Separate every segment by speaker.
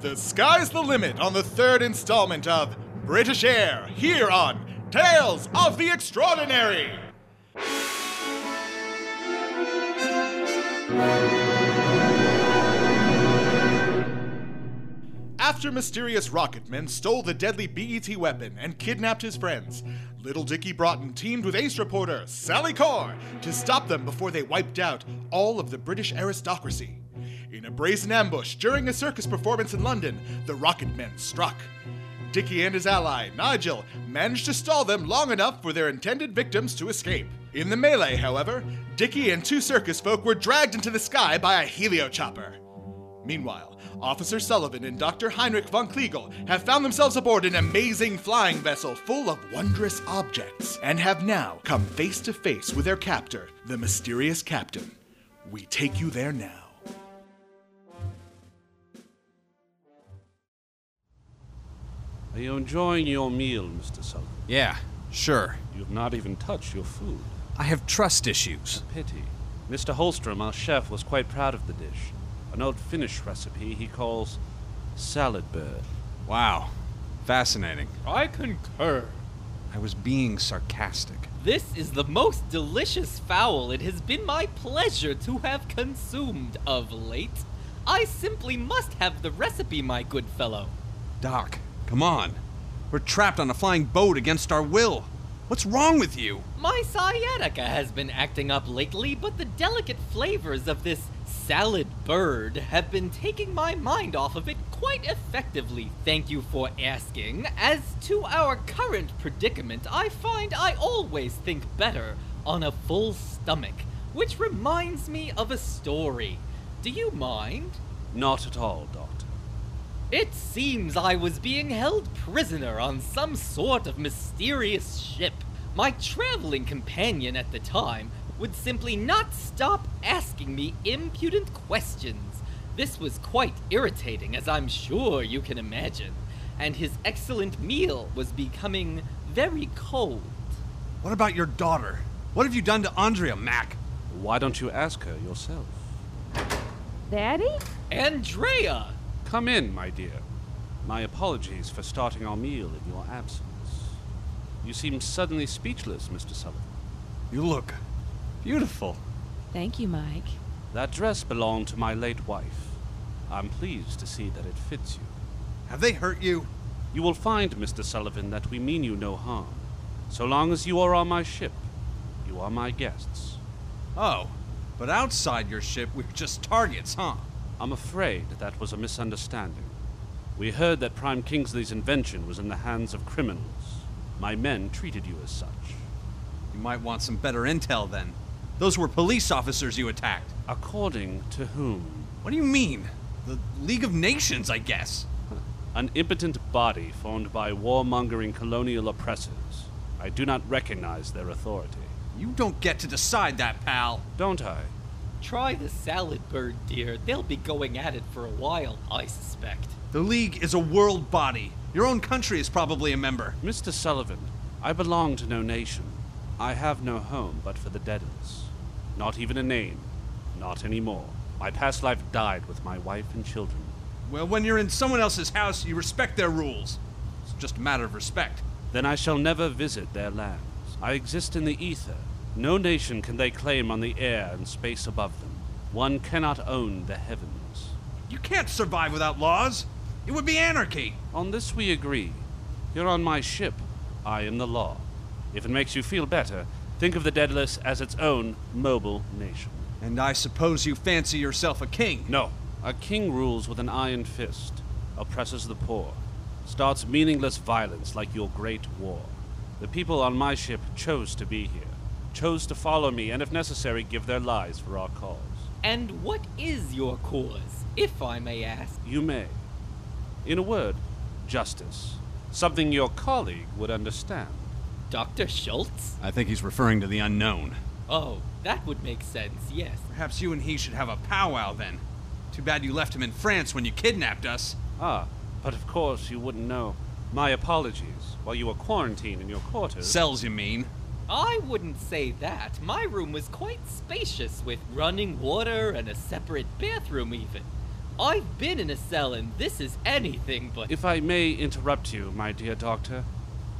Speaker 1: The sky's the limit on the third installment of British Air here on Tales of the Extraordinary. After mysterious rocket men stole the deadly BET weapon and kidnapped his friends, Little Dicky Broughton teamed with ace reporter Sally Carr to stop them before they wiped out all of the British aristocracy. In a brazen ambush during a circus performance in London, the rocket men struck. Dicky and his ally, Nigel, managed to stall them long enough for their intended victims to escape. In the melee, however, Dicky and two circus folk were dragged into the sky by a heliochopper. Meanwhile, Officer Sullivan and Dr. Heinrich von Kliegel have found themselves aboard an amazing flying vessel full of wondrous objects and have now come face to face with their captor, the mysterious captain. We take you there now.
Speaker 2: Are you enjoying your meal, Mr. Sullivan?
Speaker 3: Yeah, sure.
Speaker 2: You've not even touched your food.
Speaker 3: I have trust issues.
Speaker 2: Pity. Mr. Holstrom, our chef, was quite proud of the dish. An old Finnish recipe he calls salad bird.
Speaker 3: Wow. Fascinating.
Speaker 4: I concur.
Speaker 3: I was being sarcastic.
Speaker 5: This is the most delicious fowl it has been my pleasure to have consumed of late. I simply must have the recipe, my good fellow.
Speaker 3: Doc, come on. We're trapped on a flying boat against our will. What's wrong with you?
Speaker 5: My sciatica has been acting up lately, but the delicate flavors of this salad bird have been taking my mind off of it quite effectively. Thank you for asking. As to our current predicament, I find I always think better on a full stomach, which reminds me of a story. Do you mind?
Speaker 2: Not at all, Doctor.
Speaker 5: It seems I was being held prisoner on some sort of mysterious ship. My traveling companion at the time would simply not stop asking me impudent questions. This was quite irritating, as I'm sure you can imagine, and his excellent meal was becoming very cold.
Speaker 3: What about your daughter? What have you done to Andrea, Mac?
Speaker 2: Why don't you ask her yourself?
Speaker 6: Daddy?
Speaker 5: Andrea!
Speaker 2: Come in, my dear. My apologies for starting our meal in your absence. You seem suddenly speechless, Mr. Sullivan.
Speaker 3: You look beautiful.
Speaker 6: Thank you, Mike.
Speaker 2: That dress belonged to my late wife. I'm pleased to see that it fits you.
Speaker 3: Have they hurt you?
Speaker 2: You will find, Mr. Sullivan, that we mean you no harm. So long as you are on my ship, you are my guests.
Speaker 3: Oh, but outside your ship, we're just targets, huh?
Speaker 2: I'm afraid that was a misunderstanding. We heard that Prime Kingsley's invention was in the hands of criminals. My men treated you as such.
Speaker 3: You might want some better intel then. Those were police officers you attacked.
Speaker 2: According to whom?
Speaker 3: What do you mean? The League of Nations, I guess.
Speaker 2: An impotent body formed by warmongering colonial oppressors. I do not recognize their authority.
Speaker 3: You don't get to decide that, pal.
Speaker 2: Don't I?
Speaker 5: Try the salad bird, dear. They'll be going at it for a while, I suspect.
Speaker 3: The League is a world body. Your own country is probably a member.
Speaker 2: Mr. Sullivan, I belong to no nation. I have no home but for the deadens. Not even a name. Not anymore. My past life died with my wife and children.
Speaker 3: Well, when you're in someone else's house, you respect their rules. It's just a matter of respect.
Speaker 2: Then I shall never visit their lands. I exist in the ether. No nation can they claim on the air and space above them. One cannot own the heavens.
Speaker 3: You can't survive without laws. It would be anarchy.
Speaker 2: On this we agree. You're on my ship. I am the law. If it makes you feel better, think of the Deadless as its own mobile nation.
Speaker 3: And I suppose you fancy yourself a king.
Speaker 2: No. A king rules with an iron fist, oppresses the poor, starts meaningless violence like your great war. The people on my ship chose to be here, chose to follow me, and if necessary, give their lives for our cause.
Speaker 5: And what is your cause, if I may ask?
Speaker 2: You may. In a word, justice. Something your colleague would understand.
Speaker 5: Dr. Schultz?
Speaker 3: I think he's referring to the unknown.
Speaker 5: Oh, that would make sense, yes.
Speaker 3: Perhaps you and he should have a powwow then. Too bad you left him in France when you kidnapped us.
Speaker 2: Ah, but of course you wouldn't know. My apologies. While you were quarantined in your quarters.
Speaker 3: Cells, you mean?
Speaker 5: I wouldn't say that. My room was quite spacious with running water and a separate bathroom, even. I've been in a cell and this is anything but.
Speaker 2: If I may interrupt you, my dear doctor,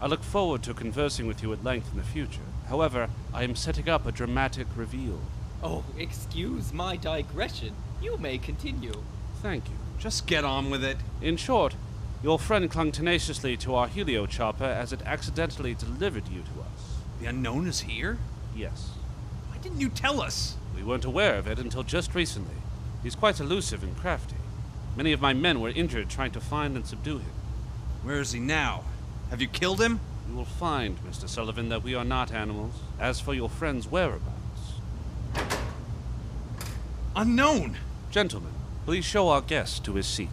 Speaker 2: I look forward to conversing with you at length in the future. However, I am setting up a dramatic reveal.
Speaker 5: oh, excuse my digression. You may continue.
Speaker 2: Thank you.
Speaker 3: Just get on with it.
Speaker 2: In short, your friend clung tenaciously to our helio chopper as it accidentally delivered you to us.
Speaker 3: The unknown is here?
Speaker 2: Yes.
Speaker 3: Why didn't you tell us?
Speaker 2: We weren't aware of it until just recently. He's quite elusive and crafty. Many of my men were injured trying to find and subdue him.
Speaker 3: Where is he now? Have you killed him?
Speaker 2: You will find, Mr. Sullivan, that we are not animals. As for your friend's whereabouts,
Speaker 3: Unknown!
Speaker 2: gentlemen, please show our guest to his seat.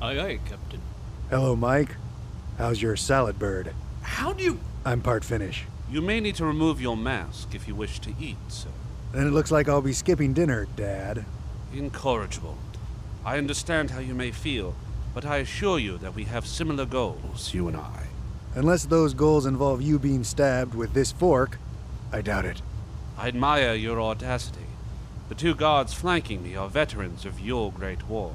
Speaker 5: Aye, aye, Captain.
Speaker 4: Hello, Mike. How's your salad bird?
Speaker 3: How do you.
Speaker 4: I'm part Finnish.
Speaker 2: You may need to remove your mask if you wish to eat, sir.
Speaker 4: And it looks like I'll be skipping dinner, Dad.
Speaker 2: Incorrigible. I understand how you may feel, but I assure you that we have similar goals, you and I.
Speaker 4: Unless those goals involve you being stabbed with this fork, I doubt it.
Speaker 2: I admire your audacity. The two guards flanking me are veterans of your great war.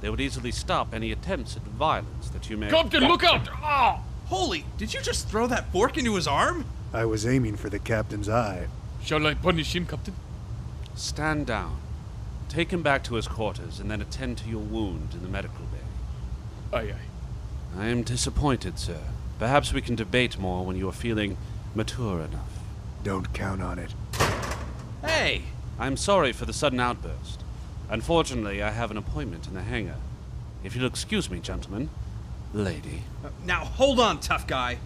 Speaker 2: They would easily stop any attempts at violence that you may.
Speaker 5: look out! Ah!
Speaker 3: Holy, did you just throw that fork into his arm?
Speaker 4: I was aiming for the captain's eye.
Speaker 7: Shall I punish him, Captain?
Speaker 2: Stand down. Take him back to his quarters and then attend to your wound in the medical bay.
Speaker 7: Aye, aye.
Speaker 2: I am disappointed, sir. Perhaps we can debate more when you are feeling mature enough.
Speaker 4: Don't count on it.
Speaker 3: Hey!
Speaker 2: I'm sorry for the sudden outburst. Unfortunately, I have an appointment in the hangar. If you'll excuse me, gentlemen. Lady.
Speaker 3: Now hold on, tough guy.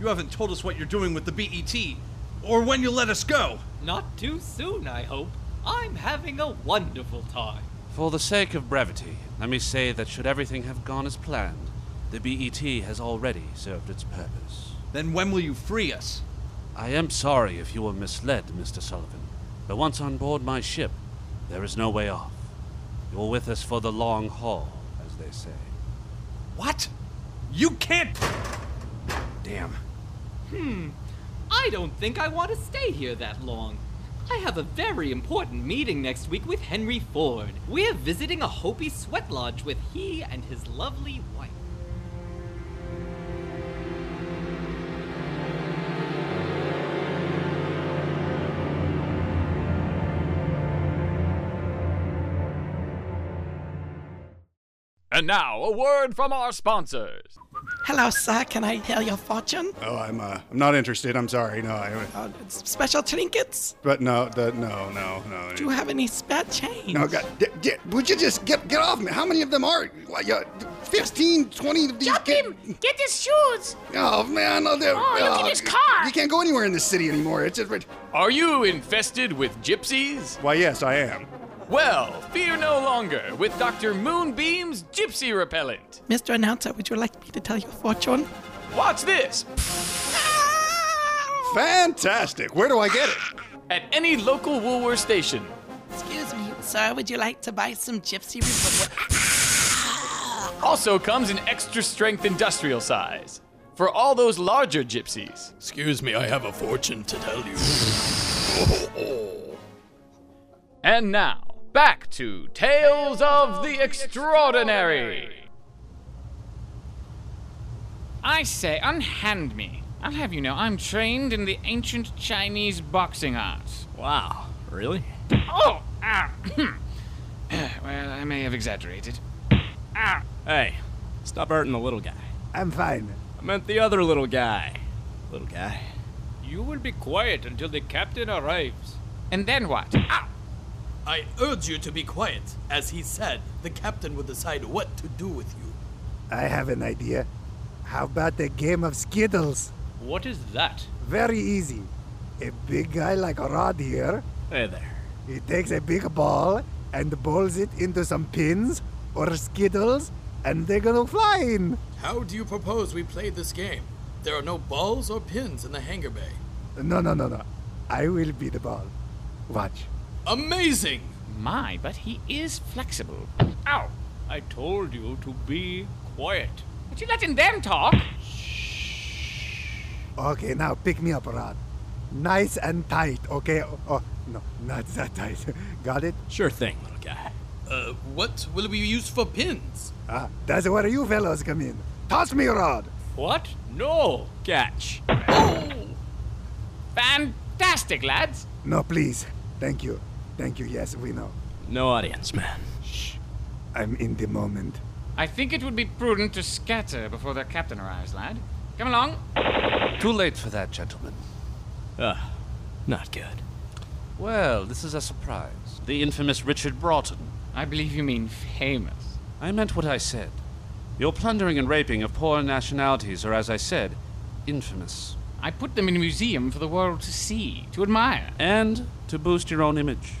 Speaker 3: You haven't told us what you're doing with the BET, or when you'll let us go.
Speaker 5: Not too soon, I hope. I'm having a wonderful time.
Speaker 2: For the sake of brevity, let me say that should everything have gone as planned, the BET has already served its purpose.
Speaker 3: Then when will you free us?
Speaker 2: I am sorry if you were misled, Mr. Sullivan, but once on board my ship, there is no way off. You're with us for the long haul, as they say.
Speaker 3: What? You can't. Damn.
Speaker 5: I don't think I want to stay here that long. I have a very important meeting next week with Henry Ford. We're visiting a Hopi sweat lodge with he and his lovely wife.
Speaker 7: And now, a word from our sponsors.
Speaker 8: Hello, sir. Can I tell your fortune?
Speaker 9: Oh, I'm uh, I'm not interested. I'm sorry. No, I,
Speaker 8: Uh, special trinkets?
Speaker 9: but no, the, no, no, no.
Speaker 8: Do you have any spare change?
Speaker 9: no, God, d- d- would you just get get off me? How many of them are? Like, uh, 15, 20 of these.
Speaker 10: Jump
Speaker 9: ki-
Speaker 10: him! Get his shoes!
Speaker 9: Oh man, oh, they're-
Speaker 10: Oh, look at his car!
Speaker 9: You can't go anywhere in this city anymore. It's just. rid-
Speaker 7: Are you infested with gypsies?
Speaker 9: Why, yes, I am.
Speaker 7: Well, fear no longer with Dr. Moonbeam's Gypsy Repellent.
Speaker 8: Mr. Announcer, would you like me to tell your fortune?
Speaker 7: Watch this
Speaker 9: Fantastic. Where do I get it?
Speaker 7: at any local Woolworth station.
Speaker 8: Excuse me, sir. Would you like to buy some gypsy rubber?
Speaker 7: Also comes in extra strength industrial size for all those larger gypsies.
Speaker 11: Excuse me, I have a fortune to tell you.
Speaker 7: And now, back to Tales of the Extraordinary. I say, unhand me. I'll have you know I'm trained in the ancient Chinese boxing arts.
Speaker 11: Wow, really?
Speaker 7: Oh! Ah, well, I may have exaggerated. Ah,
Speaker 11: Hey, stop hurting the little guy.
Speaker 4: I'm fine.
Speaker 11: I meant the other little guy. Little guy.
Speaker 5: You will be quiet until the captain arrives.
Speaker 7: and then what?
Speaker 11: I urge you to be quiet. As he said, the captain will decide what to do with you.
Speaker 4: I have an idea. How about a game of Skittles?
Speaker 5: What is that?
Speaker 4: Very easy. A big guy like Rod here,
Speaker 11: Hey there.
Speaker 4: he takes a big ball and bowls it into some pins or Skittles, and they're gonna fly in.
Speaker 11: How do you propose we play this game? There are no balls or pins in the hangar bay.
Speaker 4: No, no, no, no. I will be the ball. Watch.
Speaker 11: Amazing!
Speaker 7: My, but he is flexible. Ow! I told you to be quiet. But you're letting them talk.
Speaker 4: Okay, now pick me up, Rod. Nice and tight, okay? Oh, no, not that tight. Got it?
Speaker 11: Sure thing, little guy. Uh, what will we use for pins?
Speaker 4: Ah, that's where you fellows come in. Toss me a rod.
Speaker 7: What? No! Catch. Fantastic, lads!
Speaker 4: No, please. Thank you. Thank you. Yes, we know.
Speaker 12: No audience, man.
Speaker 4: I'm in the moment.
Speaker 7: I think it would be prudent to scatter before their captain arrives, lad. Come along.
Speaker 2: Too late for that, gentlemen.
Speaker 12: Ah, not good.
Speaker 2: Well, this is a surprise. The infamous Richard Broughton.
Speaker 7: I believe you mean famous.
Speaker 2: I meant what I said. Your plundering and raping of poor nationalities are, as I said, infamous.
Speaker 7: I put them in a museum for the world to see, to admire.
Speaker 2: And to boost your own image.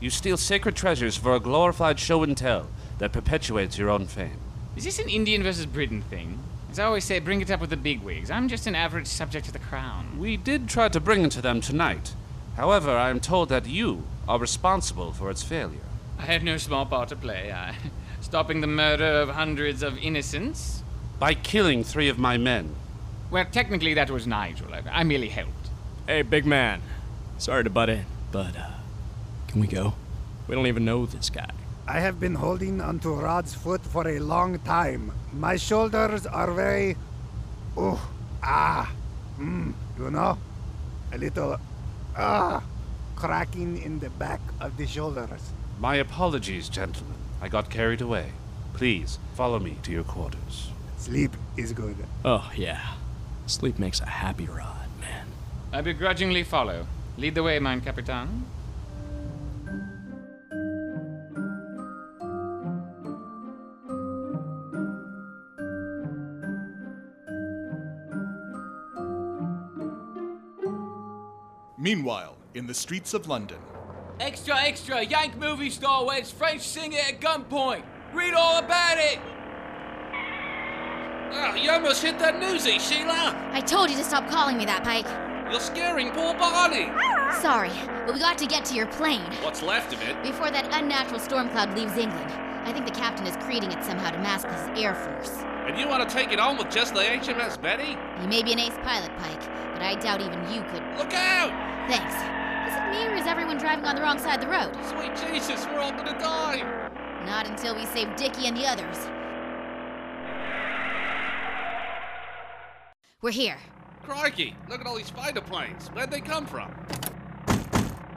Speaker 2: You steal sacred treasures for a glorified show and tell that perpetuates your own fame.
Speaker 7: Is this an Indian versus Britain thing? As I always say, bring it up with the bigwigs. I'm just an average subject of the crown.
Speaker 2: We did try to bring it to them tonight. However, I am told that you are responsible for its failure.
Speaker 7: I have no small part to play. I, stopping the murder of hundreds of innocents?
Speaker 2: By killing three of my men.
Speaker 7: Well, technically that was Nigel. I, I merely helped.
Speaker 12: Hey, big man. Sorry to butt in, but uh, can we go? We don't even know this guy.
Speaker 4: I have been holding onto Rod's foot for a long time. My shoulders are very. Oh, ah. Mm, you know? A little. Ah. Cracking in the back of the shoulders.
Speaker 2: My apologies, gentlemen. I got carried away. Please, follow me to your quarters.
Speaker 4: Sleep is good.
Speaker 12: Oh, yeah. Sleep makes a happy rod.
Speaker 7: I begrudgingly follow. Lead the way, mein Capitan.
Speaker 1: Meanwhile, in the streets of London,
Speaker 13: Extra, extra, Yank movie star wears French singer at gunpoint. Read all about it. Oh, you almost hit that newsie, Sheila.
Speaker 10: I told you to stop calling me that, Pike.
Speaker 13: You're scaring poor Barney.
Speaker 10: Sorry, but we got to get to your plane
Speaker 13: What's left of it?
Speaker 10: before that unnatural storm cloud leaves England. I think the captain is creating it somehow to mask his air force.
Speaker 13: And you want to take it on with just the HMS Betty?
Speaker 10: You may be an ace pilot, Pike, but I doubt even you could.
Speaker 13: Look out!
Speaker 10: Thanks. Is it me or is everyone driving on the wrong side of the road?
Speaker 13: Sweet Jesus, we're all gonna die!
Speaker 10: Not until we save Dickie and the others. We're here.
Speaker 13: Crikey, look at all these fighter planes. Where'd they come from?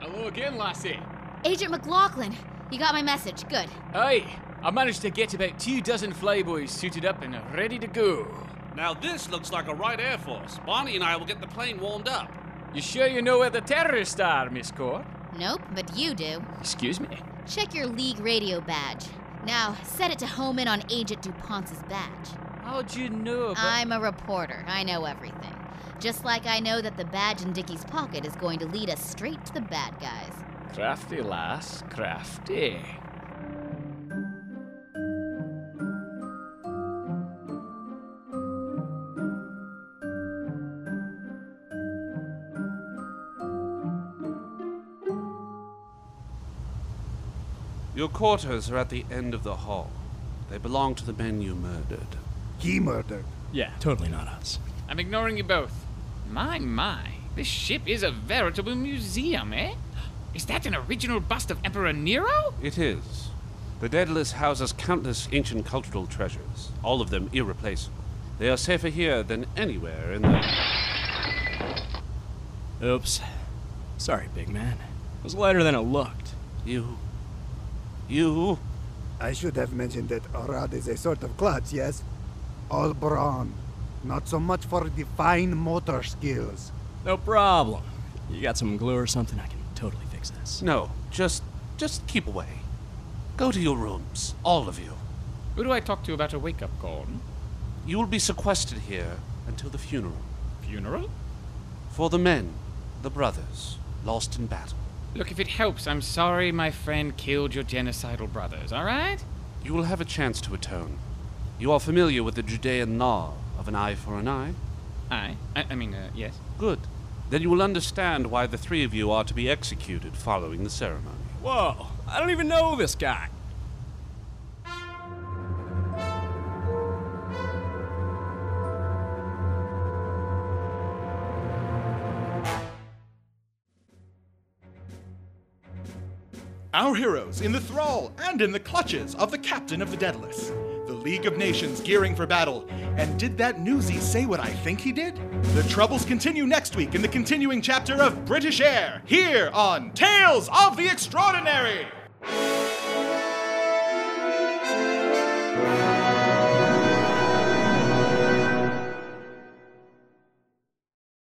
Speaker 14: Hello again, lassie.
Speaker 10: Agent McLaughlin, you got my message. Good.
Speaker 14: Hey, I managed to get about two dozen flyboys suited up and ready to go.
Speaker 13: Now this looks like a right Air Force. Barney and I will get the plane warmed up.
Speaker 14: You sure you know where the terrorists are, Miss Core?
Speaker 10: Nope, but you do.
Speaker 14: Excuse me.
Speaker 10: Check your league radio badge. Now, set it to home in on Agent DuPont's badge.
Speaker 14: How'd you know about-
Speaker 10: I'm a reporter. I know everything. Just like I know that the badge in Dickie's pocket is going to lead us straight to the bad guys.
Speaker 14: Crafty lass, crafty.
Speaker 2: Your quarters are at the end of the hall. They belong to the men you murdered.
Speaker 4: He murdered.
Speaker 12: Yeah. Totally not us.
Speaker 7: I'm ignoring you both. My, my. This ship is a veritable museum, eh? Is that an original bust of Emperor Nero?
Speaker 2: It is. The Daedalus houses countless ancient cultural treasures, all of them irreplaceable. They are safer here than anywhere in the.
Speaker 12: Oops. Sorry, big man. It was lighter than it looked.
Speaker 2: You. You.
Speaker 4: I should have mentioned that a rod is a sort of clutch, yes? All brawn. Not so much for the fine motor skills.
Speaker 12: No problem. You got some glue or something? I can totally fix this.
Speaker 2: No, just. just keep away. Go to your rooms, all of you.
Speaker 7: Who do I talk to about a wake up call?
Speaker 2: You will be sequestered here until the funeral.
Speaker 7: Funeral?
Speaker 2: For the men, the brothers, lost in battle.
Speaker 7: Look, if it helps, I'm sorry my friend killed your genocidal brothers, alright?
Speaker 2: You will have a chance to atone. You are familiar with the Judean law of an eye for an eye?
Speaker 7: Aye. I, I mean, uh, yes.
Speaker 2: Good. Then you will understand why the three of you are to be executed following the ceremony.
Speaker 12: Whoa, I don't even know this guy.
Speaker 1: Our heroes in the thrall and in the clutches of the captain of the Daedalus, the League of Nations gearing for battle. And did that newsie say what I think he did? The troubles continue next week in the continuing chapter of British Air, here on Tales of the Extraordinary!